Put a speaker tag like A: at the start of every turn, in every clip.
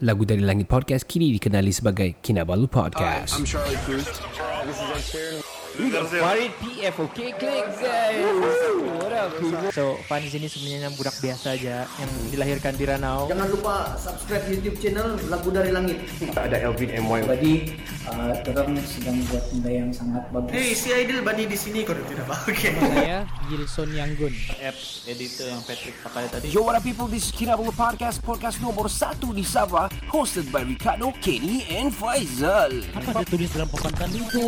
A: Lagu dari Langit Podcast kini dikenali sebagai Kinabalu Podcast.
B: I'm Charlie Cruz. This is Ed Sheeran.
C: Farid PF Okay klik guys What up So Fani sini sebenarnya yang budak biasa aja Yang dilahirkan di Ranau
D: Jangan lupa subscribe YouTube channel Lagu dari Langit.
B: Ada Elvin MY.
E: Jadi uh, terang sedang buat benda yang sangat bagus.
D: Hey, si Aidil Bani di sini kau tidak apa? Okey.
C: Saya Gilson Yanggun
F: um, Yo, what up, people? This is Kinabalu Podcast, podcast nomor satu di Sabah, hosted by Ricardo, Kenny, and Faizal. Apa dia tulis dalam papan itu?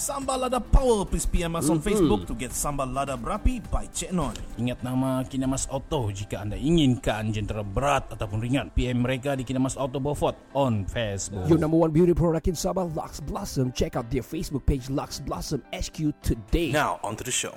G: Sambal Lada Power Please PM us on Facebook To get Sambal Lada Berapi By Cik Non Ingat nama Kinamas Auto Jika anda inginkan jentera berat Ataupun ringan PM mereka di Kinamas Auto Beaufort On Facebook
A: Your number one beauty product in Sabah, Lux Blossom. Check out their Facebook page, Lux Blossom HQ today.
G: Now onto the show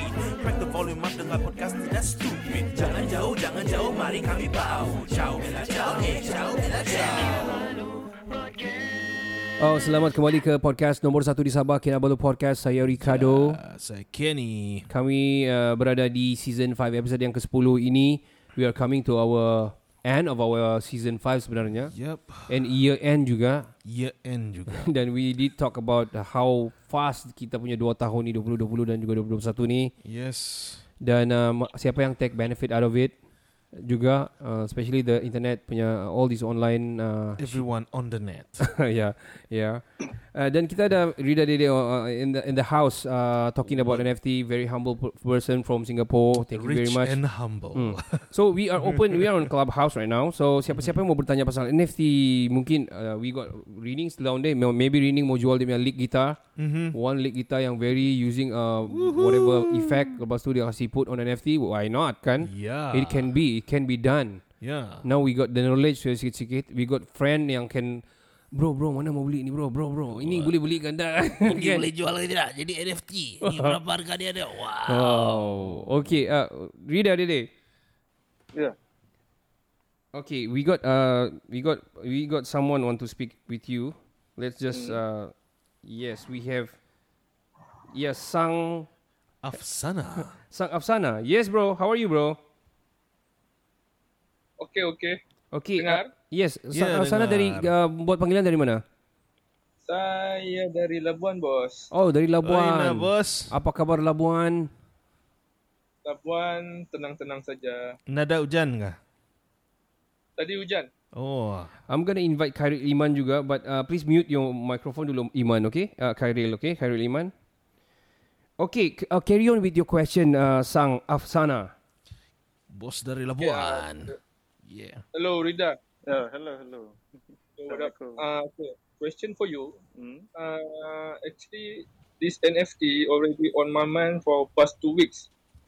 G: Crack the volume up dengar podcast tidak stupid
H: Jangan jauh, jangan jauh, mari kami bau Ciao, bella, ciao, eh, ciao, bella, ciao
A: Oh, selamat kembali ke podcast nombor satu di Sabah, Kinabalu Podcast. Saya Ricardo.
G: Saya Kenny
A: Kami uh, berada di season 5 episode yang ke-10 ini. We are coming to our end of our season 5 sebenarnya.
G: Yep
A: And year end juga.
G: Year end juga
A: Dan we did talk about how fast kita punya 2 tahun ni 2020 dan juga 2021 ni.
G: Yes
A: Dan um, siapa yang take benefit out of it juga uh, especially the internet punya all these online uh,
G: Everyone on the net
A: yeah yeah uh, dan kita ada Rida Dede uh, in the in the house uh, talking about NFT very humble p- person from Singapore thank you very much Hmm.
G: humble
A: So we are open We are on Clubhouse right now So siapa-siapa yang mau bertanya pasal NFT Mungkin uh, We got Reading down there May- Maybe Reading mau jual dia punya lead guitar mm-hmm. One lead guitar yang very Using uh, whatever effect Lepas tu dia kasih put on NFT Why not kan
G: Yeah.
A: It can be It can be done
G: Yeah
A: Now we got the knowledge sikit-sikit We got friend yang can Bro bro mana mau beli ni bro bro bro Ini boleh belikan tak Kan?
H: Boleh jual ke tidak? Jadi NFT Ni berapa harga dia ada? Wah
A: Oh, okay. Uh, Rida, Rida.
B: Yeah.
A: Okay, we got uh, we got we got someone want to speak with you. Let's just uh, yes, we have yes, Sang
G: Afsana
A: Sang Afsana. Yes, bro. How are you, bro?
I: Okey okey.
A: Okay. Uh,
I: Dengar?
A: yes, Sang
G: Ya,
A: Afsana
G: dengar.
A: dari uh, buat panggilan dari mana?
I: Saya dari Labuan bos.
A: Oh, dari
G: Buana
A: Labuan.
G: bos
A: Apa kabar Labuan?
I: Labuan tenang-tenang saja.
G: Nada hujan kah?
I: Tadi hujan.
G: Oh
A: I'm gonna invite Khairil Iman juga but uh, please mute your microphone dulu Iman okay uh, Khairil okay Khairil Iman Okay c- uh, carry on with your question uh, Sang Afsana
G: Bos dari Labuan Yeah
I: Hello Rida.
B: Yeah, Ya, hello, hello.
I: So, what up?
B: Assalamualaikum.
I: Uh, okay. Question for you.
B: Hmm?
I: Uh, actually, this NFT already on my mind for past two weeks.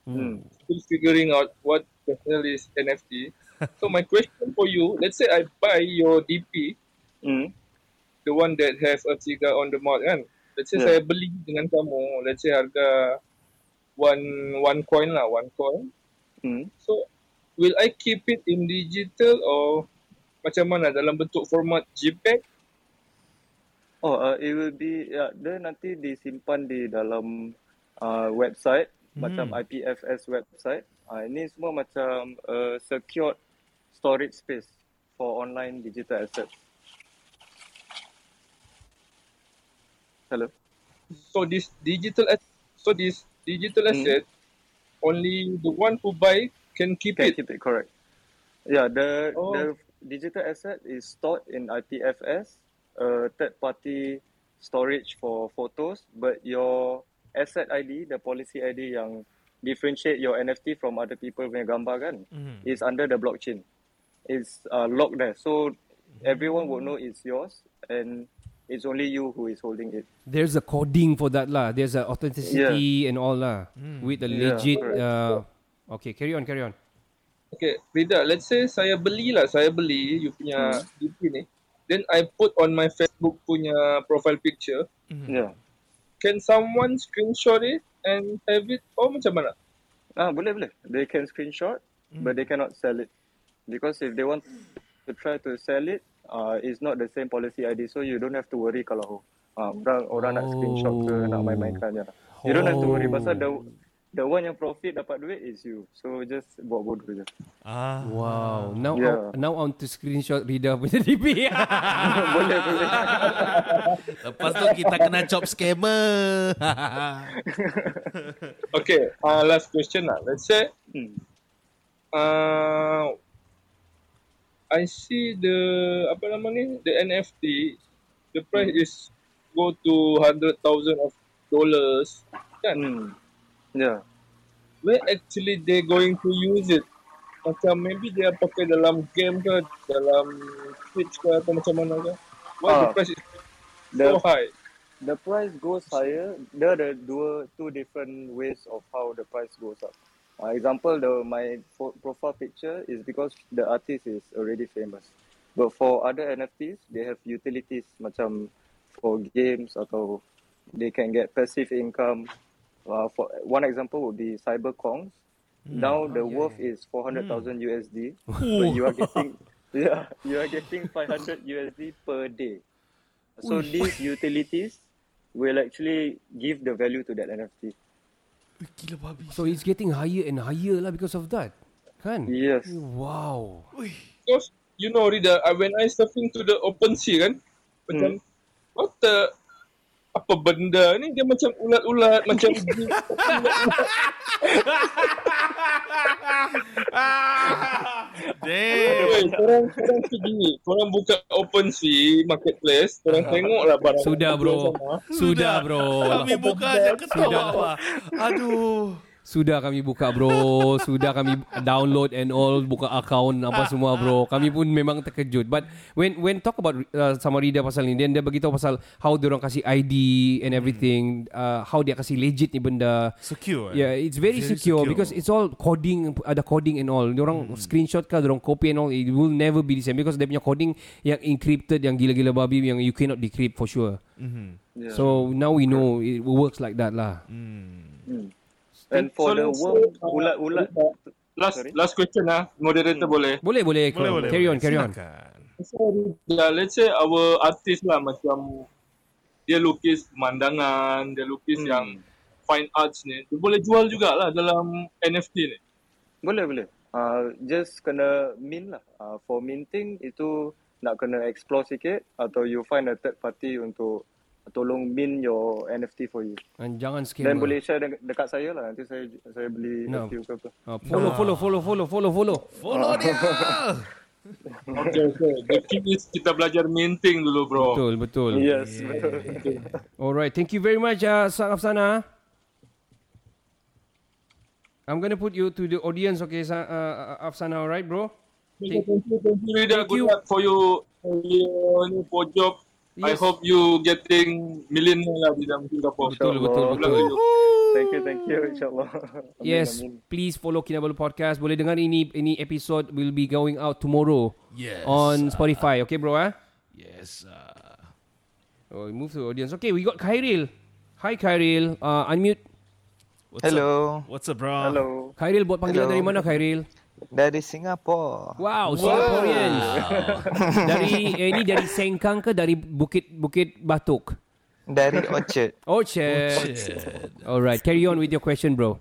B: Hmm.
I: Still figuring out what the hell is NFT. so my question for you, let's say I buy your DP,
B: Hmm.
I: the one that have a cigar on the mouth kan. Let's say
B: Yeah.
I: saya beli dengan kamu, let's say harga one one coin lah, one coin.
B: Hmm.
I: So, will I keep it in digital or macam mana dalam bentuk format JPEG?
B: Oh, uh, it will be yeah, dia nanti disimpan di dalam uh, website macam IPFS website. Uh, ini semua macam uh, secured storage space for online digital assets. Hello.
I: So this digital as- so this digital asset only the one who buy can keep
B: Can
I: it.
B: keep it correct. Yeah, the
I: Oh.
B: the digital asset is stored in IPFS, a third-party storage for photos, but your asset ID, the policy ID yang differentiate your NFT from other people punya gambar kan, mm-hmm. is under the blockchain. It's uh, locked there. So
I: Mm-hmm.
B: everyone would know it's yours and it's only you who is holding it.
A: There's a coding for that lah. There's a authenticity and all lah. With a
B: Yeah,
A: legit.
B: correct.
A: uh, okay, carry on, carry on.
I: Okay, Rida, let's say saya belilah, saya beli you punya DP ni. Then I put on my Facebook punya profile picture.
B: Yeah.
I: Can someone screenshot it and have it? Oh, macam mana?
B: Ah, boleh boleh. They can screenshot, but they cannot sell it because if they want to try to sell it, uh, it's not the same policy ID, so you don't have to worry kalau uh, orang orang nak screenshot ke nak main-mainkan ya. You don't have to worry pasal the the one yang profit dapat duit is you. So just buat bodoh je.
J: Ah.
A: Wow. Now,
B: Yeah.
A: on, now on to screenshot Rida punya DP.
B: boleh boleh.
G: Lepas tu kita kena chop scammer.
I: Okay, uh, last question lah. Let's say,
B: Hmm.
I: uh, I see the apa nama ni the NFT, the price
B: Hmm.
I: is go to hundred thousand of dollars. Kan?
B: Hmm. Yeah.
I: Where actually they going to use it? Macam maybe dia pakai dalam game ke, dalam Twitch ke atau macam mana ke? Why the
B: Ah.
I: price is
B: The
I: so high?
B: the price goes higher. There are the dua- two different ways of how the price goes up. Uh, example, the my fo- profile picture is because the artist is already famous. But for other NFTs, they have utilities macam for games atau they can get passive income. Uh, for one example would be Cyber Kongs. Now the worth is 400,000 USD, but you are getting yeah, you are getting 500 USD per day. So these utilities will actually give the value to that NFT.
J: Gila babi.
A: so it's getting higher and higher lah because of that. Kan?
B: Yes.
A: Wow.
I: Because you know Rida, I- when I surfing to the open sea kan, macam
B: Hmm.
I: what the apa benda ni dia macam ulat-ulat macam
B: Eh,
J: Damn.
I: Weh,
B: ya.
I: korang korang pergi korang buka open sea marketplace korang tengoklah barang
A: Sudah bro.
I: sama.
A: Sudah bro.
J: Kami buka aja ketawa. apa. Aduh.
A: Sudah kami buka bro. Sudah kami download and all buka account apa semua bro. Kami pun memang terkejut. But when when talk about uh, sama Rida pasal ni, then dia beritahu pasal how dia orang kasih ID and everything, uh, how dia kasih legit ni benda.
J: Secure.
A: Yeah, it's very,
J: Very secure.
A: secure,
J: Hmm.
A: because it's all coding, ada coding and all. Diorang screenshot ke, diorang copy and all. It will never be the same because dia punya coding yang encrypted, yang gila-gila babi, yang you cannot decrypt for sure.
J: Mm-hmm.
B: Yeah.
A: So now we know it works like that lah.
J: Mm.
B: and
I: So,
B: for the
I: let's say,
B: worm
I: uh,
B: ulat-ulat
I: Last
B: Sorry?
I: last question lah moderator boleh.
A: Boleh, boleh.
J: Boleh, boleh.
A: carry on, carry on.
J: Silakan.
I: So, yeah, Ya, let's say our artist lah macam dia lukis pemandangan, dia lukis
B: Hmm.
I: yang fine arts ni, dia boleh jual jugalah dalam NFT ni.
B: Boleh boleh. Uh, just kena mint lah. Uh, for minting itu nak kena explore sikit atau you find a third party untuk tolong mint your NFT for you.
A: And jangan scam.
B: Dan
A: lah.
B: boleh share de- dekat saya lah. Nanti saya saya beli
A: No.
B: no. NFT ke apa.
A: Ah, follow, follow, follow, follow, follow, follow.
J: Follow dia.
I: Okay, okay. The key is kita belajar minting dulu, bro.
A: Betul, betul.
B: Yes, betul.
A: Alright, thank you very much, uh, Sang Afsana. I'm gonna put you to the audience, okay, Sa- uh, Afsana, alright, bro?
I: Thank you, thank you, Rida.
A: Thank
I: Good
A: you.
I: luck for you, for your new for job. I
A: Yes.
I: hope you getting millionaire lah di dalam Singapore.
A: Betul, betul,
I: Good luck
A: betul.
I: for you.
B: Thank you, thank you. InsyaAllah. Amin,
A: Yes,
B: amin.
A: please follow Kinabalu Podcast. Boleh dengar ini ini episode will be going out tomorrow
G: Yes.
A: on Spotify. Okay, bro, ah.
G: Yes. ah.
A: Oh, we move to audience. Okay, we got Khairil. Hi Khairil, uh, unmute.
J: What's
K: Hello,
J: Up? What's up, bro?
B: Hello.
A: Khairil buat panggilan
K: Hello.
A: dari mana Khairil?
K: dari Singapura.
A: Wow, Singaporean. dari eh, ini dari Sengkang ke dari Bukit Bukit Batok? Oh,
K: Dari oh, Orchard.
B: Oh,
A: Orchard. Alright, carry on with your question, bro.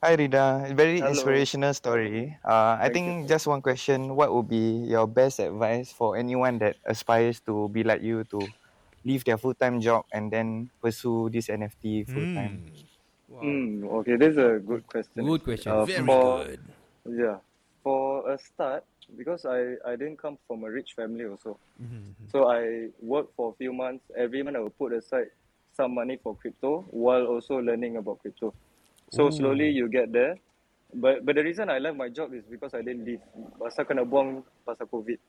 K: Hi Rida, very
B: Hello.
K: inspirational story. Uh, I think just one question, what would be your best advice for anyone that aspires to be like you to leave their full-time job and then pursue this NFT full-time?
B: Hmm, okay, this is a good question.
A: Good question.
B: Uh,
G: Very
B: for-
G: good.
B: Yeah. for a start, because I, I didn't come from a rich family also. So I worked for a few months. Every month I would put aside some money for crypto while also learning about crypto. So
L: Ooh.
B: slowly you get there. But but the reason I left my job is because I didn't leave. Pasal kena buang pasal COVID.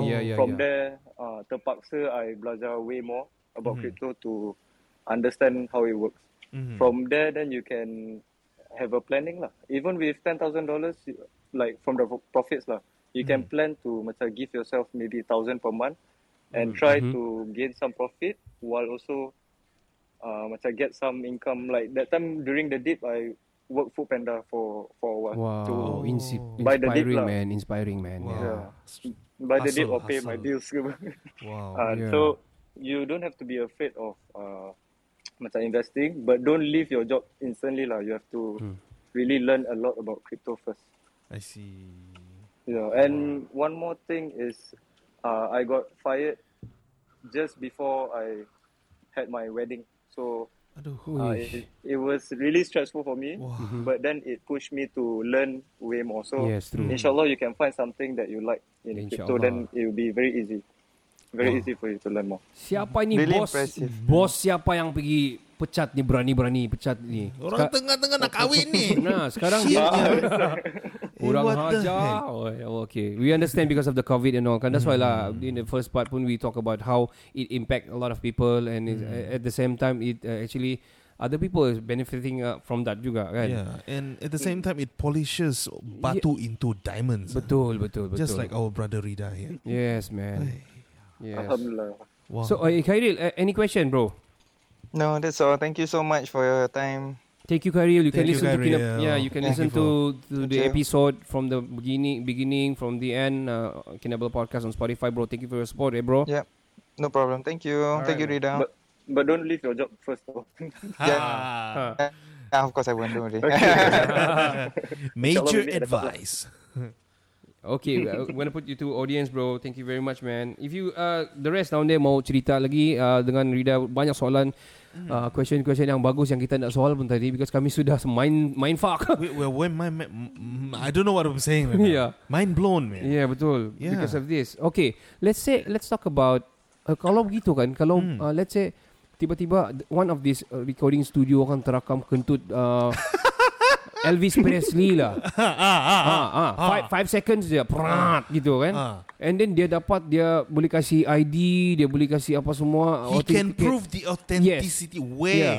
A: Oh, yeah, yeah,
B: from
A: yeah.
B: there, uh, terpaksa I belajar way more about
M: Mhm.
A: Mm-hmm.
B: crypto to understand how it works.
M: Mhm.
B: From there, then you can have a planning lah. Even with ten thousand dollars, like from the profits lah, you can
A: Mm.
B: plan to macam give yourself maybe thousand per month,
A: Mm.
M: Mhm.
B: and try
A: Mm-hmm.
M: Mhm.
B: to gain some profit while also uh, macam get some income. Like that time during the dip, I work food panda for for a while to
A: Wow, insi-
B: buy the dip
A: inspiring
B: lah.
A: man, inspiring man.
B: Yeah.
A: Wow.
B: By the dip
A: Hustle,
B: or pay my
A: hustle.
B: bills.
A: Wow. Yeah.
B: Uh, So you don't have to be afraid of uh, macam investing, but don't leave your job instantly lah. You have to
A: Hmm.
B: really learn a lot about crypto first.
J: I see.
B: Yeah, and one more thing is, uh, I got fired just before I had my wedding. So uh, it, it was really stressful for me,
J: Mhm.
B: but then it pushed me to learn way more. So
A: Yes, true.
B: inshallah, you can find something that you like in
A: Inshallah.
B: crypto, then it will be very easy, very
A: Wow.
B: easy for you to learn more.
A: Siapa ni
B: Really
A: bos?
B: impressive.
A: Bos siapa yang pergi pecat ni berani-berani pecat ni?
G: Orang tengah-tengah nak kahwin ni.
A: Nah, sekarang
G: Shit,
A: dia
G: yeah.
A: orang
G: What the heck?
A: hajar. Oh, yeah, okay, we understand because of the COVID and all. Kan that's why lah.
M: Hmm.
A: In the first part pun we talk about how it impact a lot of people and is-
M: Hmm.
A: at the same time it uh, actually other people is benefiting uh, from that juga kan.
M: Yeah, and at the same time, it polishes batu into diamonds.
A: Betul, betul, betul.
M: Just like our brother Rida here.
A: Yes, man. Yes.
B: Alhamdulillah.
M: Wow.
A: So, uh, Khairil, uh, any question, bro?
K: No, that's all. Thank you so much for your time.
A: Thank you, Khairil. You can
K: Thank you,
A: listen to Kinap,
K: Khairil.
A: yeah, you can
K: Thank
A: listen
K: you for-
A: to, to the
K: Thank you.
A: episode from the beginning, beginning from the end. Uh, Kinabel podcast on Spotify, bro. Thank you for your support, eh, bro.
K: Yeah, no problem. Thank you, thank you, Rida.
B: But, but don't leave your job first. though.
G: Ah.
K: Yeah. Yeah, of course I won't. Don't worry.
M: Major advice.
A: Okay, I'm gonna put you to audience, bro. Thank you very much, man. If you uh, the rest down there mau cerita lagi uh, dengan Rida banyak soalan,
K: Hmm.
A: uh, question-question yang bagus yang kita nak soal pun tadi, because kami sudah main main fuck.
M: we, we're, we're, my, my, mm, I don't know what I'm saying right now.
A: Yeah.
M: Mind blown, man.
A: Yeah, betul.
M: Yeah.
A: Because of this. Okay, let's say let's talk about uh, kalau begitu kan, kalau
M: Hmm.
A: uh, let's say tiba-tiba th- one of these uh, recording studio kan terakam kentut uh, Elvis Presley lah.
M: ah, ah, ah,
A: ah, ah, Five, five seconds je Prat gitu kan
M: Ah.
A: And then dia dapat Dia boleh kasih ID Dia boleh kasih apa semua
M: He can
A: authenticate.
M: prove the authenticity
A: Yeah.
M: way.
A: Ya.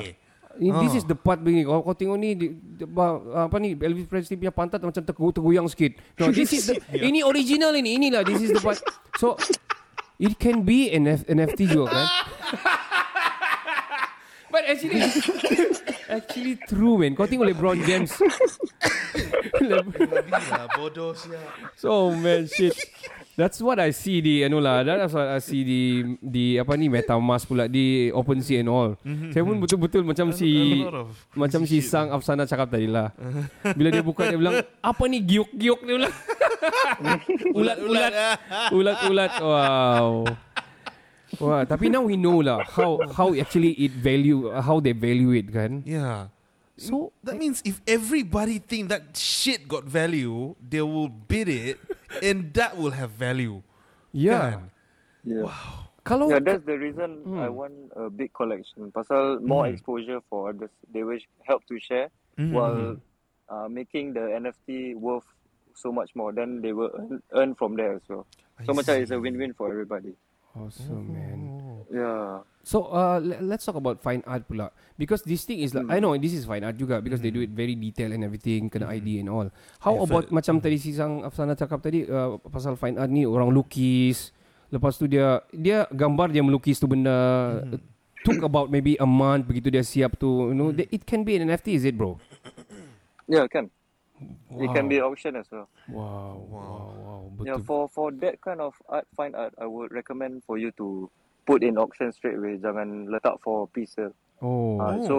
A: Ini- This
M: Ah.
A: is the part begini. Kalau kau tengok ni di- di- ba- apa ni Elvis Presley punya pantat macam tergu- tergoyang sikit. No, this is the,
M: Yeah.
A: ini original ini. Inilah this is the part. So it can be an F- NFT juga kan? But actually actually true man. Kau tengok LeBron James.
M: Gila, uh, bodoh siap.
A: So man shit. That's what I see di anu lah. That's what I see di di apa ni MetaMask pula di OpenSea and all.
M: Mhm,
A: Saya pun betul-betul macam si
M: a lot of
A: macam si Sang Afsana cakap tadi lah. Bila dia buka dia bilang apa ni giuk-giuk dia bilang. Ulat-ulat. Ulat-ulat. Wow. Wah, tapi now we know lah how how actually it value how they value it kan.
M: Yeah.
A: So
M: that means if everybody think that shit got value, they will bid it, and that will have value.
A: Yeah.
M: Kan?
B: Yeah.
A: Kalau
B: yeah, that's the reason I want a big collection. Pasal more
M: Hmm.
B: exposure for others. They will help to share
M: Hmm.
B: while uh, making the NFT worth so much more. Then they will earn, earn from there as well. So much is a win-win for everybody.
A: Awesome man.
B: Yeah.
A: So uh, le- let's talk about fine art pula because this thing is like I know this is fine art juga because they do it very detail and everything kena ID and all. How about macam tadi si Sang Afsana cakap tadi uh, pasal fine art ni orang lukis lepas tu dia dia gambar dia melukis tu benda took about maybe a month begitu dia siap tu you know that it can be an NFT is it bro?
B: Yeah, it can. It can
A: Wow.
B: be auction as well.
A: Wow wow wow
B: Yeah,
A: betul.
B: for for that kind of art, fine art, I would recommend for you to put in auction straight away. Jangan letak for pre-sale.
A: Oh.
B: Uh, so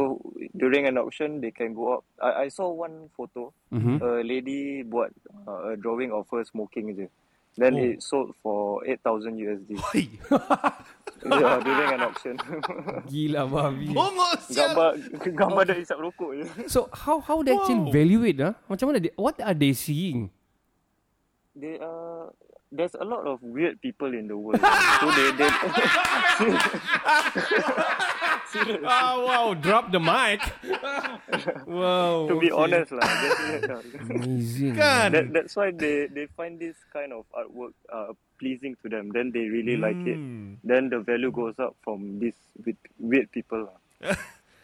B: during an auction, they can go up. I, I saw one photo.
A: Mhm.
B: A lady buat uh, a drawing of her smoking je. Then
A: Oh.
B: it sold for 8,000 USD. yeah, during an auction.
A: Gila babi.
B: gambar gambar dia isap rokok je.
A: So how how they actually value it ah? Macam mana they, what are they seeing?
B: they are there's a lot of weird people in the world. so they they
J: Ah, wow, drop the mic. wow.
B: to be
J: okay.
B: honest lah. that's weird lah.
A: Amazing.
J: Kan?
B: That, that's why they they find this kind of artwork uh, pleasing to them. Then they really like it.
A: Mm.
M: Mm.
B: Then the value goes up from these weird, weird people lah.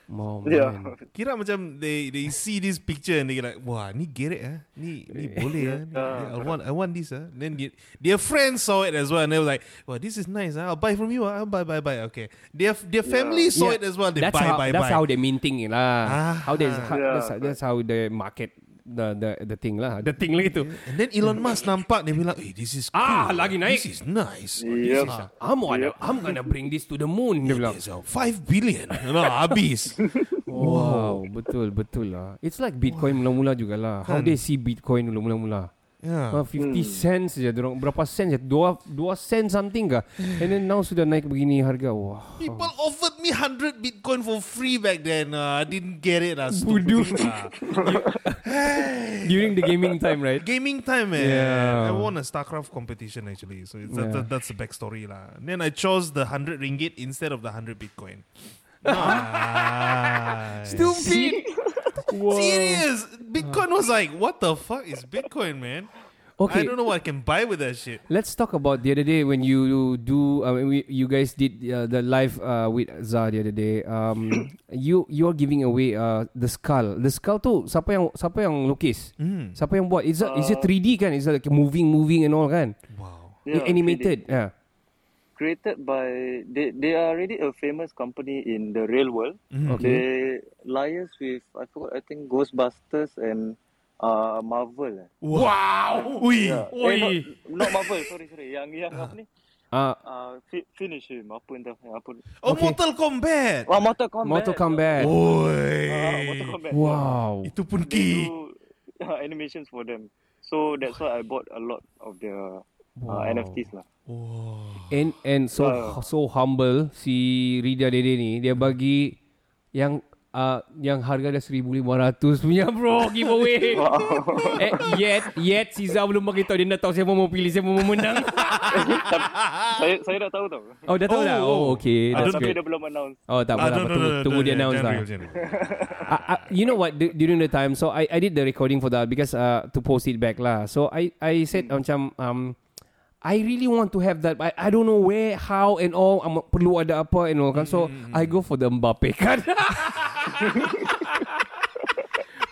A: Mom,
B: Yeah.
M: Kira macam they they see this picture and they like, wah, ni gerek ah, ni ni boleh ah, ni, I want I want this ah. Then they, their friends saw it as well and they were like, wow, this is nice ah, I'll buy from you ah, I'll buy buy buy. Okay, their their family saw it as well. They
A: that's
M: buy
A: how,
M: buy
A: That's
M: buy.
A: how they mean thing lah.
M: Ah.
A: how they how,
M: Yeah,
A: that's, that's how they market the the the thing lah. The thing lah itu.
M: And then Elon Musk nampak dia bilang, eh, this is cool.
A: Ah, lagi naik.
M: This is nice.
A: Yep.
M: This is
A: I'm gonna I'm gonna bring this to the moon. Dia bilang.
M: five billion. No, habis.
A: Wow, betul betul lah. It's like Bitcoin mula-mula jugalah. How
M: Kan?
A: they see Bitcoin dulu mula-mula. Ah,
M: Yeah.
A: 50 cents je dorang berapa cents je 2 2 cent something kah and then now sudah naik begini harga wah
M: People offered me 100 Bitcoin for free back then. Uh, I didn't get it. Uh,
A: Bodoh.
M: uh.
A: during the gaming time right
M: Gaming time, man.
A: Yeah.
M: I won a StarCraft competition actually. So it's, that,
A: Yeah.
M: that, that's the backstory. lah. And then I chose the 100 ringgit instead of the 100 Bitcoin. Nice.
J: Stupid. Wow.
M: Serious. Bitcoin was like, what the fuck is Bitcoin, man?
A: Okay.
M: I don't know what I can buy with that shit.
A: Let's talk about the other day when you do. Uh, when we, you guys did uh, the live uh, with Zah the other day. Um, you you're giving away uh, the skull. The skull tu siapa yang siapa yang lukis?
M: Mm.
A: Siapa yang buat? Is it is it
B: Uh,
A: 3D kan? Is it like moving moving and all kan?
M: Wow.
A: Yeah, animated. Yeah.
B: created by they they are already a famous company in the real world.
A: Mhm. Okay.
B: They liars with I forgot I think Ghostbusters and uh Marvel. eh.
M: Wow. Ui.
B: Yeah. Eh, not, not Marvel, sorry sorry. Yang yang apa ni?
A: Ah.
B: Uh, fi- finish him apa entah apa.
M: Oh, Mortal Kombat.
B: Oh, Mortal Kombat.
A: Mortal Kombat.
M: Oi.
B: Ah, Mortal Kombat.
A: Wow.
M: Itu pun
B: They
M: ki.
B: do uh, animations for them. So that's why I bought a lot of their uh,
A: Wow.
B: NFTs lah.
A: And and so
M: Ah.
A: so humble si Rida Dede ni dia bagi yang uh, yang harga dia 1500 punya bro giveaway. eh, yet yet si Zah belum bagi tahu dia nak tahu siapa mau pilih siapa mau menang.
B: saya saya dah tahu tau.
A: Oh dah tahu dah. Oh okay.
B: Ah,
A: That's
B: tapi
A: great.
B: dia belum announce.
A: Oh tak apa,
M: Ah,
A: tak
M: no,
A: apa.
M: no,
A: tunggu,
M: no, no,
A: tunggu dia
M: no, yeah,
A: announce
M: jangan
A: lah.
M: reveal, jangan
A: Ah, ah, you know what du- during the time so I I did the recording for that because uh, to post it back lah. So I I said
M: Mm.
A: macam um I really want to have that but I don't know where how and all um, perlu ada apa and all kan.
M: Mm,
A: So I go for the Mbappe card.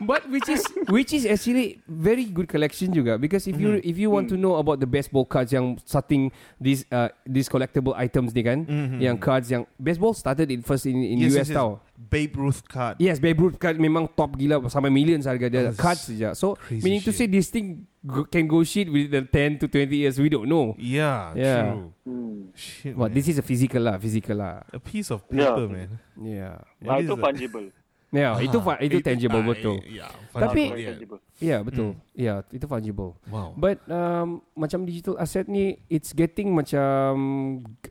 A: But which is which is actually very good collection juga because if
M: Mm.
A: you if you want to know about the baseball cards yang starting these uh, these collectible items ni kan
M: Mhm.
A: yang cards yang baseball started in first in in
M: Yes,
A: US
M: yes, yes.
A: tau.
M: Babe Ruth card.
A: Yes, Babe Ruth card memang top gila sampai million harga dia cards saja. So
M: crazy
A: meaning to say this thing go, can go shit with the 10 to 20 years we don't know.
M: Yeah,
A: Yeah.
M: true. Shit,
A: But
M: man.
A: this is a physical lah, physical lah.
M: A piece of
A: Yeah.
M: paper, man.
A: Yeah.
B: Ah,
M: It
B: itu
M: is a-
B: fungible.
A: Ya, yeah, itu
M: Ah,
A: fa- itu
M: it-
A: tangible
M: ah,
A: betul.
M: yeah,
A: Tapi
M: fungible, yeah. Hmm.
A: ya yeah, betul. Ya, yeah, itu fungible.
M: Wow.
A: But um, macam digital asset ni it's getting macam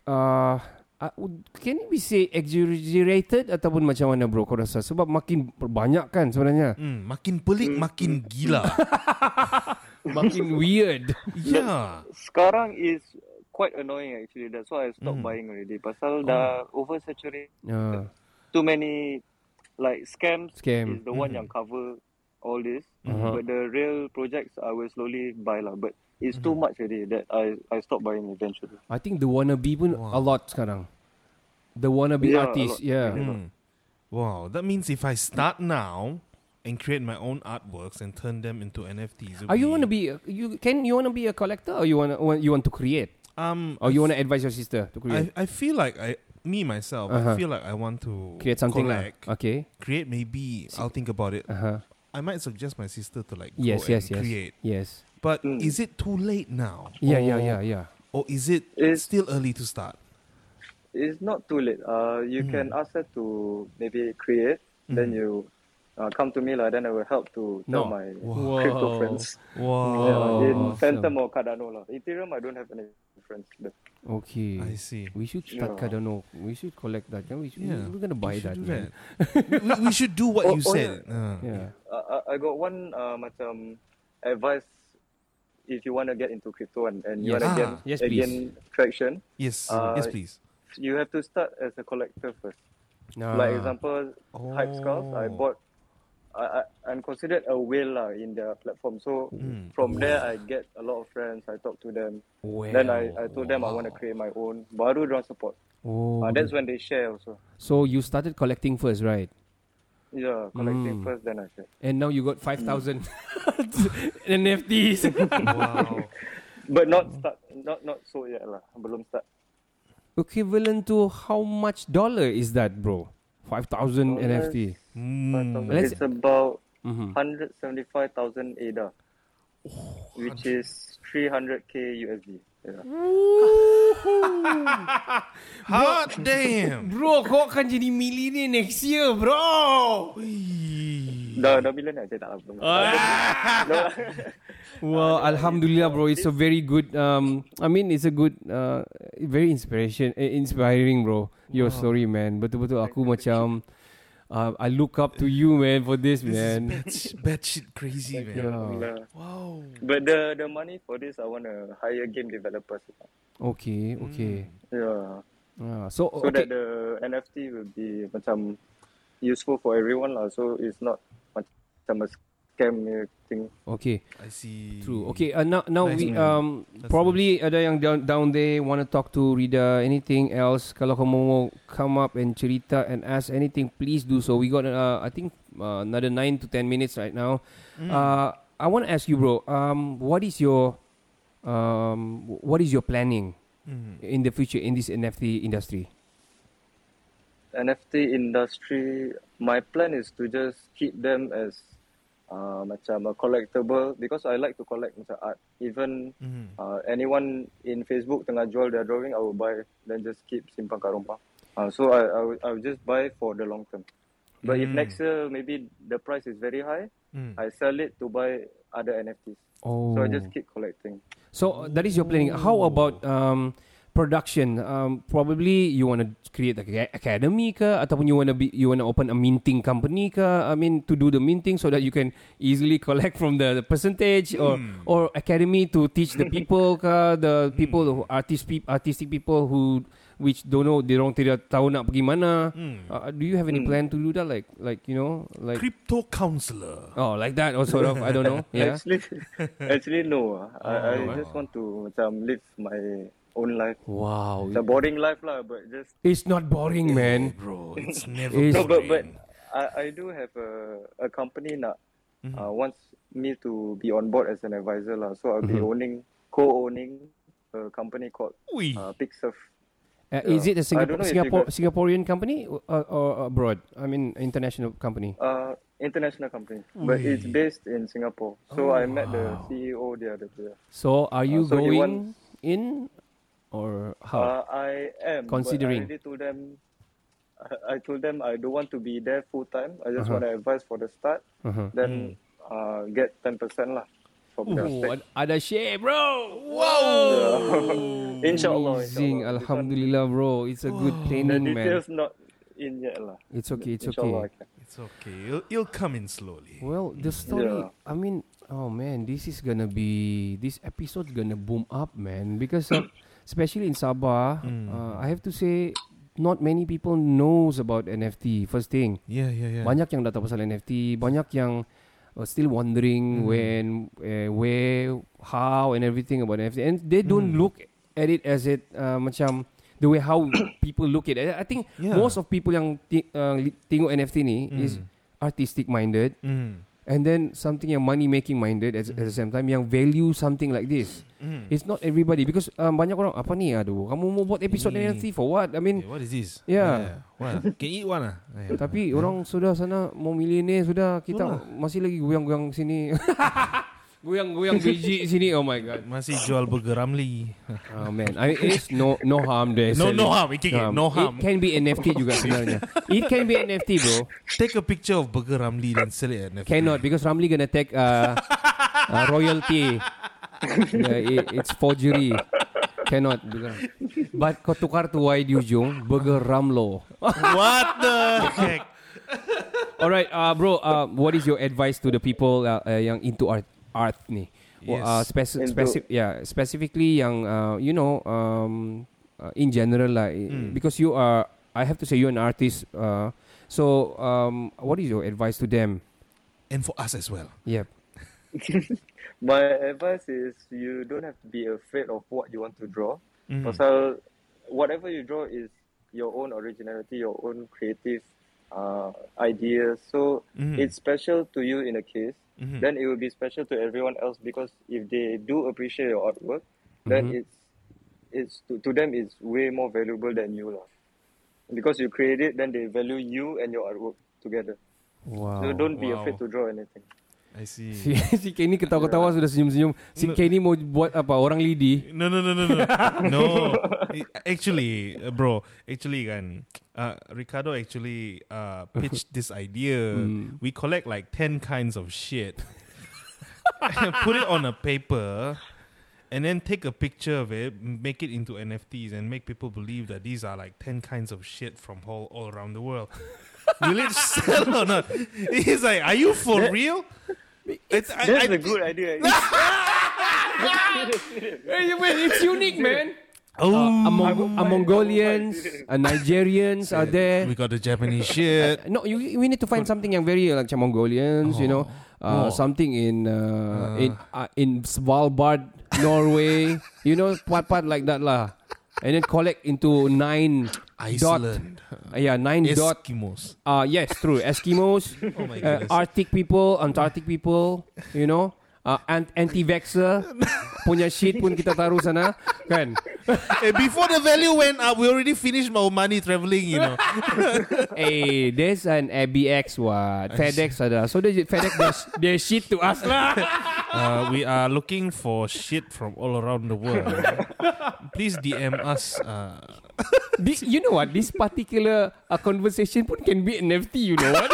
A: uh, uh, can it be say exaggerated ataupun macam mana bro kau rasa sebab makin banyak kan sebenarnya.
M: Hmm, makin pelik, makin gila.
A: makin weird.
M: Yeah.
B: Sekarang is quite annoying actually. That's why I
A: Hmm.
B: stopped buying
A: Oh.
B: already. Pasal dah oversaturated.
A: Yeah.
B: Too many like scams
A: Scam. Mm-hmm.
B: is the one yang cover all this.
A: Uh-huh.
B: But the real projects I will slowly buy lah. But it's too
A: Mm-hmm.
B: much already that I I stopped buying eventually.
A: I think the wannabe pun a lot sekarang. The wannabe
B: Yeah, a
A: artist,
B: lot.
A: yeah.
M: Hmm. Wow, that means if I start now and create my own artworks and turn them into NFTs.
A: Are you want to be a- you can you want to be a collector or you want you want to create?
M: Um,
A: or you want to advise your sister to create?
M: I, I feel like I me myself,
A: Uh-huh.
M: I feel like I want to
A: Create something lah.
M: collect,
A: Okay.
M: Create maybe I'll think about it.
A: Uh-huh.
M: I might suggest my sister to like
A: Yes,
M: go
A: yes,
M: and
A: yes.
M: create.
A: Yes.
M: But
B: Hmm.
M: is it too late now?
A: Yeah, yeah,
M: Or-
A: yeah, yeah.
M: Or is it still early to start?
B: It's not too late. Uh, you
M: Mm.
B: can ask her to maybe create. Then you uh, come to me lah. Then I will help to tell
A: No.
B: my
A: Wow.
B: crypto friends.
M: Wow.
B: Yeah, in
A: Awesome.
B: Phantom or Cardano lah. Ethereum I don't have any friends. But
A: Okay.
M: I see.
A: We should start
B: Yeah.
A: Cardano. We should collect that. Can we should,
M: Yeah.
A: we're going to
M: We
A: buy
M: should
A: that.
M: do
A: man.
M: we, we should do what
B: Oh,
M: you
B: oh,
M: said.
B: yeah.
M: Uh,
A: yeah.
B: Uh, I- I got one uh, macam advice if you want to get into crypto and, and you
M: Yes.
B: want to
M: Ah,
B: get
M: yes,
B: again traction,
M: Yes,
B: uh,
M: yes, please.
B: You have to start as a collector first.
M: Ah.
B: Like example, Hype Skulls,
A: Oh.
B: I bought. I, I I'm considered a whale lah in their platform. So
A: Hmm.
M: Mm.
B: from there,
A: Oh.
B: I get a lot of friends. I talk to them. Then I, I told them I want to create my own. Baru don't support.
A: Oh.
B: Uh, that's when they share also.
A: So you started collecting first, right?
B: Yeah,
A: Mm.
B: collecting first, then I share.
A: And now you got 5,000 Mm. NFTs.
B: Wow. But not start, not not so yet lah. Belum start.
A: Equivalent to how much dollar is that, bro? 5,000 NFT. Hmm. Let's-
B: It's about
A: Mhm.
B: 175,000 ADA,
A: Oh,
B: which is 300k USD. Yeah.
M: Hot damn.
A: Bro, kau akan jadi millionaire next year, bro.
B: Dah dah bila nak saya tak tahu. No.
A: Well, Alhamdulillah, bro. It's a very good. Um, I mean, it's a good, uh, very inspiration, eh, inspiring, bro. Your
M: Wow.
A: story, man. Betul-betul aku macam, uh, I look up to you, man, for this,
M: This is
A: man.
M: bad shit, bad shit crazy, man.
A: Yeah.
M: Wow.
B: But the the money for this, I want to hire game developers.
A: Okay, okay.
B: Yeah.
A: Ah, so,
B: so
A: okay.
B: that the NFT will be macam useful for everyone lah. So it's not macam a scam punya thing.
A: Okay.
M: I see.
A: True. Okay. Uh, now, now
M: Nice,
A: we
M: man.
A: um
M: That's
A: probably ada yang down, down there want to talk to Rida. Anything else? Kalau kamu mau come up and cerita and ask anything, please do so. We got uh, I think uh, another nine to ten minutes right now.
M: Mm.
A: Uh, I want to ask you, bro. Um, what is your um what is your planning
M: Mm.
A: in the future in this NFT industry?
B: NFT industry, my plan is to just keep them as uh, macam a collectible because I like to collect macam art. Even
M: Mhm.
A: Mm-hmm.
B: uh, anyone in Facebook tengah jual their drawing, I will buy then just keep simpan kat rumah. Uh, so I I will, I will just buy for the long term. But if
A: Mm.
B: next year maybe the price is very high,
A: Mm.
B: I sell it to buy other NFTs.
A: Oh.
B: So I just keep collecting.
A: So uh, that is your planning. How about um, production? Um, probably you want to create like a academy ke, ataupun you want to be you want to open a minting company ke? I mean to do the minting so that you can easily collect from the, the percentage or or academy to teach the people ke, the people who artist peop, artistic people who which don't know they don't tidak tahu nak pergi mana. Uh, do you have any plan to do that like like you know like
M: Crypto counselor.
A: oh like that or sort of I don't know yeah.
B: Actually, actually no. ah. I, I
A: Oh.
B: just want to macam live my own life.
A: Wow.
B: It's a boring life lah, but just
A: It's not boring, man.
M: bro,
B: no, but but I, I do have a a company nak
A: Mm-hmm.
B: uh, wants me to be on board as an advisor lah. So I'll be
A: Mhm.
B: owning co-owning a company called
M: Ui.
B: uh, Pixurf.
A: Uh, is
B: Yeah.
A: it a
B: I
A: Singapore,
B: don't know if you
A: Singapore,
B: got-
A: Singaporean company or, or abroad? I mean, international company.
B: Uh, international company, but
A: Ui.
B: it's based in Singapore.
A: Oh,
B: So I met the CEO the other day.
A: So, are you
B: Uh, so
A: going
B: he wants-
A: in or how?
B: Uh, I am but
A: Oh. Considering.
B: I already told them. I- I told them I don't want to be there full time. I just
A: Uh-huh.
B: want to advise for the start.
A: Uh-huh.
B: Then uh, get ten percent lah from the
A: Ooh, ad- ada share, bro.
B: Wow. Insyaallah.
A: Amazing. Alhamdulillah, bro. It's a good
B: The
A: training, man.
B: details not in yet lah.
A: It's okay. It's okay.
B: Inshallah, I can.
M: It's okay. It'll, it'll come in slowly.
A: Well, the story.
B: Yeah.
A: I mean, oh man, this is gonna be this episode gonna boom up, man. Because uh, especially in Sabah, uh, I have to say, not many people knows about NFT. First thing.
M: Yeah, yeah, yeah.
A: Banyak yang dah tahu pasal NFT, banyak yang uh, still
M: Hmm.
A: wondering when, uh, where, how, and everything about NFT. And they don't
M: Hmm.
A: look at it as it uh, macam the way how people look at it. I think
M: Yeah. Hmm.
A: most of people yang ti- uh, li- tengok NFT ni is artistic minded.
M: Mm.
A: And then something yang money making minded at, at the same time yang value something like this.
M: Mm.
A: It's not everybody because um, banyak orang apa ni aduh kamu mau buat episode
M: Ini.
A: NFT for what? I mean
M: Hey, what is this?
A: Yeah.
M: What? Can eat one ah? Yeah.
A: Tapi orang sudah sana mau millionaire sudah kita
M: Itulah.
A: masih lagi goyang-goyang sini. goyang-goyang biji sini. Oh my god.
M: Masih jual burger Ramli.
A: Oh man, I mean, it's no no harm there.
M: No,
A: actually.
M: no harm. It can- no harm.
A: It can be NFT juga sebenarnya. It can be NFT bro.
M: Take a picture of burger Ramli then sell it at NFT.
A: Cannot because Ramli gonna take uh, uh, royalty. yeah, it, it's forgery. Cannot. But kau tukar tu wide ujung burger Ramlo.
M: What the heck?
A: All right, uh, bro. Uh, what is your advice to the people uh, uh, yang into art art ni? Yes. Uh, speci-
B: Untuk-
A: speci- yeah, specifically yang uh, you know um, uh, in general lah
B: Mm.
A: mm. because you are I have to say you're an artist uh, so um, what is your advice to them?
M: And for us as well.
A: Yeah.
B: My advice is you don't have to be afraid of what you want to draw.
M: Mhm.
B: Pasal whatever you draw is your own originality, your own creative uh, ideas. So
L: Mhm.
B: it's special to you in a case.
L: Mhm.
B: Then it will be special to everyone else because if they do appreciate your artwork, then
L: Mhm.
B: it's it's to, to them it's way more valuable than you lah. Because you create it, then they value you and your artwork together.
A: Wow.
B: So don't be
A: Oh, Wow.
B: afraid to draw anything.
M: I see.
A: Si, si Kenny ketawa-ketawa sudah senyum-senyum. Si Kenny mau buat apa? Orang lidi.
M: No, no, no, no, no. no. It- Actually, uh, bro. Actually kan, uh, Ricardo actually uh, pitched this idea.
J: Mm.
M: We collect like 10 kinds of shit. Put it on a paper. And then take a picture of it, m- make it into NFTs, and make people believe that these are like 10 kinds of shit from all, all around the world. Will it sell or not? He's like, Are you for
B: That-
M: real? It's, I-
B: That's
M: I
B: a good idea.
A: Hey, wait, it's unique, man.
M: Oh,
A: uh, a, Mong- a Mongolians, a Nigerians are there.
M: We got the Japanese
A: Uh,
M: shit.
A: no, you, we need to find something yang very uh, like macam Mongolians, you know, uh,
M: Oh.
A: something in uh,
M: Uh-huh.
A: in uh, in Svalbard, Norway, you know, part part like that lah, and then collect into nine
M: Iceland.
A: dot, uh, yeah, nine dot.
M: Eskimos.
A: Uh, yes, true. Eskimos,
M: Oh
A: uh,
M: my goodness.
A: Arctic people, Antarctic people, you know, uh, ant- anti-vaxxer punya shit pun kita taruh sana, kan?
M: Eh, before the value went up, we already finished our money traveling, you know.
A: hey, Eh, there's an ABX what FedEx ada. So they FedEx their, sh- their shit to us lah.
M: Uh, we are looking for shit from all around the world. Please DM us. Uh,
A: Thi- you know what? This particular uh, conversation pun can be NFT. You know what?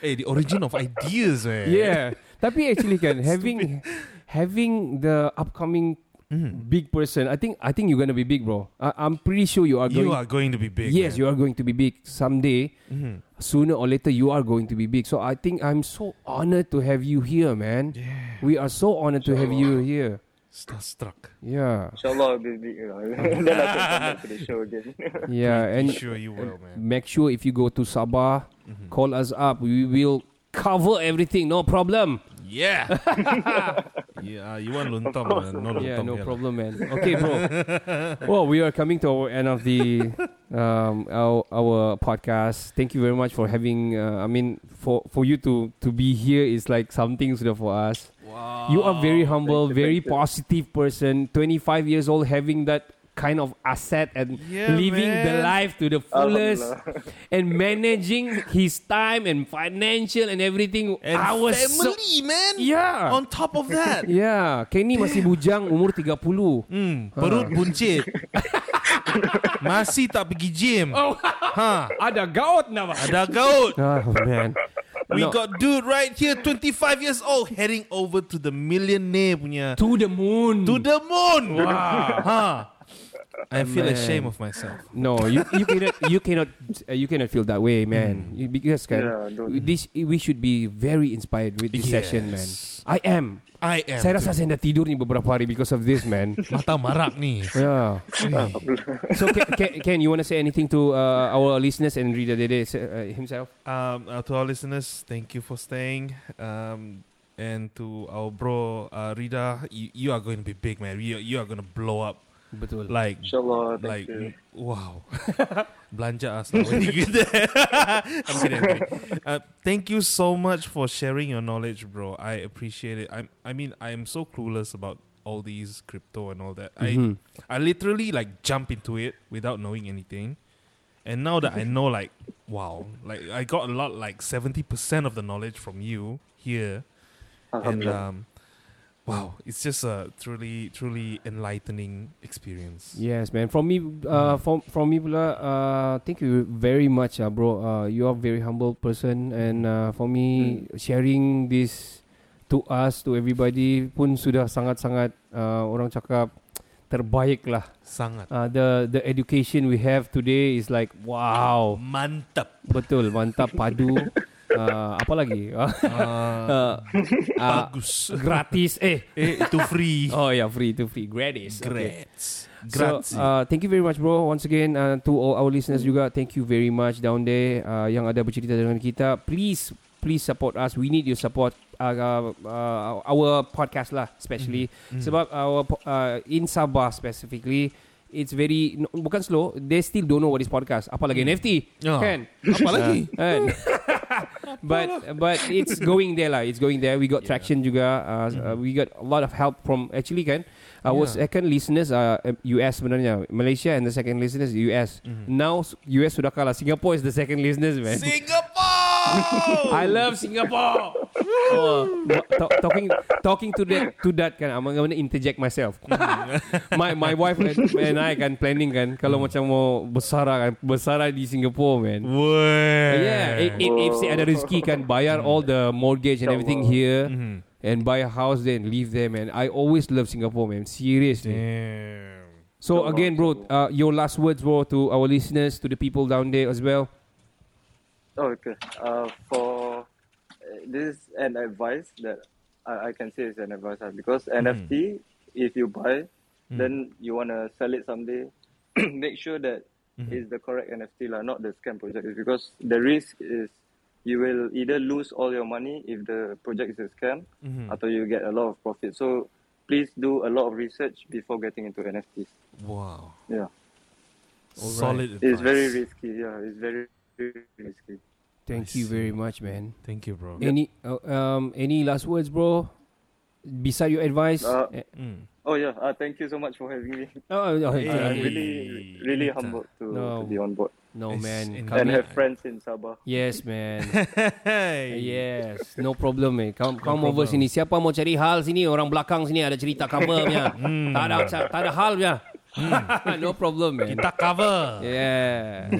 M: hey, the origin of ideas, man.
A: yeah. Tapi actually kan having having the upcoming
M: Hmm.
A: big person, I think I think you're gonna be big, bro. I, I'm pretty sure you are. going,
M: You are going to be big,
A: Yes,
M: man.
A: you are going to be big someday.
M: Mhm.
A: Sooner or later, you are going to be big. So I think I'm so honored to have you here, man. We are so honored to have you here.
M: Starstruck.
A: Yeah.
B: Inshallah, it'll be big. You know. then I can come back to the show again.
A: Yeah, and
M: sure Mm-hmm. you will, man.
A: Make sure if you go to Sabah, call us up. We will cover everything. No problem.
M: Yeah. yeah, you want lontong, man. No lontong.
A: yeah, no
M: here.
A: problem, man. Okay, bro. well, we are coming to our end of the um, our, our podcast. Thank you very much for having. Uh, I mean, for for you to to be here is like something sort of for us. Wow. You are very
J: Thank
A: humble,
J: you,
A: very
J: thank you.
A: positive person. Twenty five years old, having that kind of asset and
J: Yeah,
A: living
J: man.
A: the life to the fullest
J: Alhamdulillah.
A: and managing his time and financial and everything and I was so-
M: family, man.
A: Yeah.
M: On top of that.
A: Yeah, Kenny masih bujang umur 30. Hmm,
M: perut buncit. Masih tak pergi gym.
A: Oh.
M: Ha.
A: Ada gaut nama.
M: Ada gaut.
A: Oh man.
M: We
A: No.
M: got dude right here, 25 years old, heading over to the millionaire punya.
A: To the moon.
M: To the moon.
A: Wow.
M: Huh. I feel
A: Man.
M: ashamed of myself.
A: No, you you cannot you cannot uh, you cannot feel that way, man. You, because kan,
M: Yeah, don't-
A: this we should be very inspired with this
M: Yes.
A: session, man. I am.
M: I am
A: Saya rasa
M: too.
A: saya dah tidur ni beberapa hari because of this, man.
M: Mata marak ni.
A: Yeah. so Ken, Ken, Ken, you want to say anything to uh, our listeners and reader today uh, himself?
M: Um, uh, to our listeners, thank you for staying. Um, and to our bro uh, Rida, you, you are going to be big, man. You, you are going to blow up.
A: Betul.
M: Like,
B: Inshallah, thank
M: like,
B: you.
M: wow. Belanja us lah when you get there. I'm kidding. I'm kidding. Uh, thank you so much for sharing your knowledge, bro. I appreciate it. I'm, I mean, I am so clueless about all these crypto and all that.
A: Mhm.
M: I, I literally like jump into it without knowing anything. And now that I know, like, wow, like I got a lot, like seventy percent of the knowledge from you here, and um,
B: Alhamdulillah.
M: wow, it's just a truly, truly enlightening experience.
A: Yes, man. From me, uh, from from me pula, uh, thank you very much, uh, bro. Uh, you are a very humble person, and uh, for me, sharing this to us, to everybody pun sudah sangat-sangat uh, orang cakap terbaik lah.
M: Sangat.
A: Uh, the the education we have today is like wow.
M: Mantap.
A: Betul, mantap padu. uh, apa lagi? Uh, uh,
M: Bagus.
A: Gratis. Eh.
M: Ah. Eh, itu free.
A: Oh yeah, free. Itu free. Gratis. Okay.
M: Gratis.
A: So,
M: Gratis.
A: uh, thank you very much bro. Once again, uh, to all our listeners juga, thank you very much down there uh, yang ada bercerita dengan kita. Please, please support us. We need your support. Uh, uh, our podcast lah, especially
J: Mm. Mm.
A: sebab our po- uh, in Sabah specifically. It's very no, bukan slow. They still don't know what is podcast. Apa lagi
J: Mm.
A: NFT?
J: Ah.
A: Kan?
J: Apa lagi?
A: Kan? but but it's going there lah. It's going there. We got traction juga. Uh, uh, we got a lot of help from actually kan. uh, Our
J: Yeah.
A: second listeners are uh, US sebenarnya. Malaysia and the second listeners US. Now s- US sudah kalah. Singapore is the second listeners man.
J: Singapore!
A: I love Singapore. oh, ma- ta- talking talking to that to that kan. I'm gonna interject myself. my my wife and, and I kan planning kan kalau macam mau bersara kan bersara di Singapore man.
M: Wah.
A: Yeah, if, if, if say ada rezeki kan bayar all the mortgage and everything here and buy a house then leave there man. I always love Singapore man. Seriously. So again bro, uh, your last words bro to our listeners, to the people down there as well.
B: Oh, okay. Uh, for uh, this is an advice that I, I can say is an advice ah, because NFT, if you buy,
L: Mm.
B: then you wanna sell it someday, make sure that
L: Mhm.
B: it's the correct NFT lah, not the scam project. It's because the risk is you will either lose all your money if the project is a scam,
A: Mm-hmm.
M: Mhm.
B: or you get a lot of profit. So please do a lot of research before getting into NFTs.
M: Wow.
B: Yeah.
M: Solid advice.
B: It's very risky. Yeah, it's very very risky.
A: Thank you very much man.
M: Thank you bro.
A: Any uh, um any last words bro? Beside your advice?
B: Uh,
A: Eh,
M: Mm.
B: Oh yeah, uh, thank you so much for having me.
A: Oh, oh,
B: I'm
A: hey.
B: really, really humbled to, to be on board.
A: No man.
B: and
A: Kami-
B: have friends in Sabah.
A: Yes man. yes, no problem eh. Come,
B: No
A: come over
B: problem.
A: sini. Siapa mau cari hal sini, orang belakang sini ada cerita covernya.
J: Hmm.
A: Tak ada tak ada hal ya. no problem man.
J: Kita cover.
A: Yeah.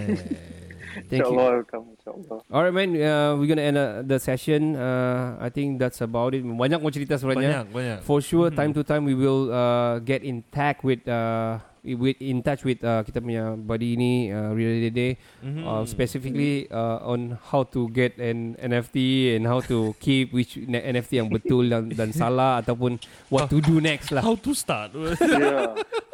A: Thank you.
B: Inshallah, welcome. Inshallah.
A: All right man, uh, we're gonna end uh, the session. Uh, I think that's about it. Banyak mau cerita sebenarnya.
M: Banyak, banyak.
A: For sure, time to time we will uh, get in touch with uh, with in touch with uh, kita punya buddy ini uh, Real Day,
M: Mhm.
A: uh, specifically uh, on how to get an NFT and how to keep which ne- NFT yang betul dan, dan salah ataupun what to do next lah.
M: How to start?
B: yeah.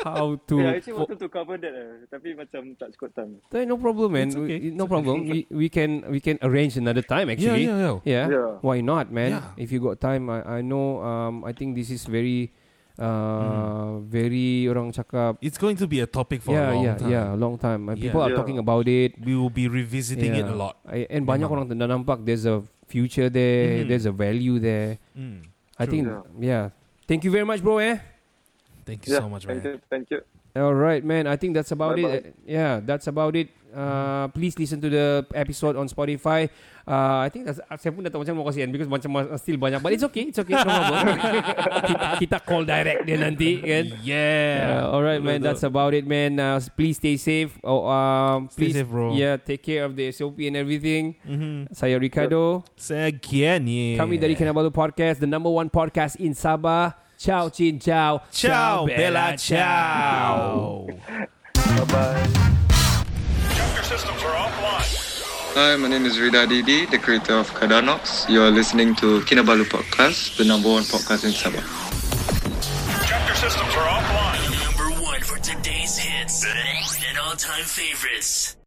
A: How to
B: Yeah, I actually
A: fo-
B: wanted to cover that, eh, tapi macam tak cukup time.
A: Eh, no problem, man.
B: It's okay.
A: We- No problem. we, we can we can arrange another time. Actually,
M: yeah, yeah.
B: Yeah.
A: Why not, man?
M: Yeah.
A: If you got time, I I know. Um, I think this is very, uh, very orang cakap.
M: It's going to be a topic for
A: yeah,
M: a long
A: yeah,
M: time.
A: yeah, long time. And
M: Yeah.
A: People are
M: Yeah.
A: talking about it.
M: We will be revisiting it a lot.
A: I, and banyak orang dah nampak there's a future there.
M: Mhm.
A: There's a value there.
M: Mm.
A: I
M: True.
A: think yeah. Thank you very much, bro. Eh.
M: Thank you
B: Yeah,
M: so much,
B: thank
M: man.
B: you, thank you.
A: All right, man. I think that's about it.
B: Bye-bye.
A: Uh, Yeah, that's about it. Uh, please listen to the episode on Spotify. Uh, I think that's, saya pun dah tahu macam mana mau kasihan because macam mas- still banyak but it's okay, it's okay. No problem. kita, kita call direct dia nanti kan.
M: Yeah.
A: Uh, all right, man. That's about it, man. Uh, s- please stay safe. Oh, um,
M: Stay
A: please,
M: safe, bro.
A: Yeah, take care of the SOP and everything.
M: Mhm.
A: Saya Ricardo.
M: Saya Gianni.
A: Kami dari Kinabalu Podcast, the number one podcast in Sabah. Ciao, cin, ciao.
M: Ciao, Bella, ciao.
B: Hi, my name is Rida Didi, the creator of Kadanox. You're listening to Kinabalu Podcast, the number one podcast in Sabah.
N: Chapter systems are offline. Number one for today's hits and all-time favorites.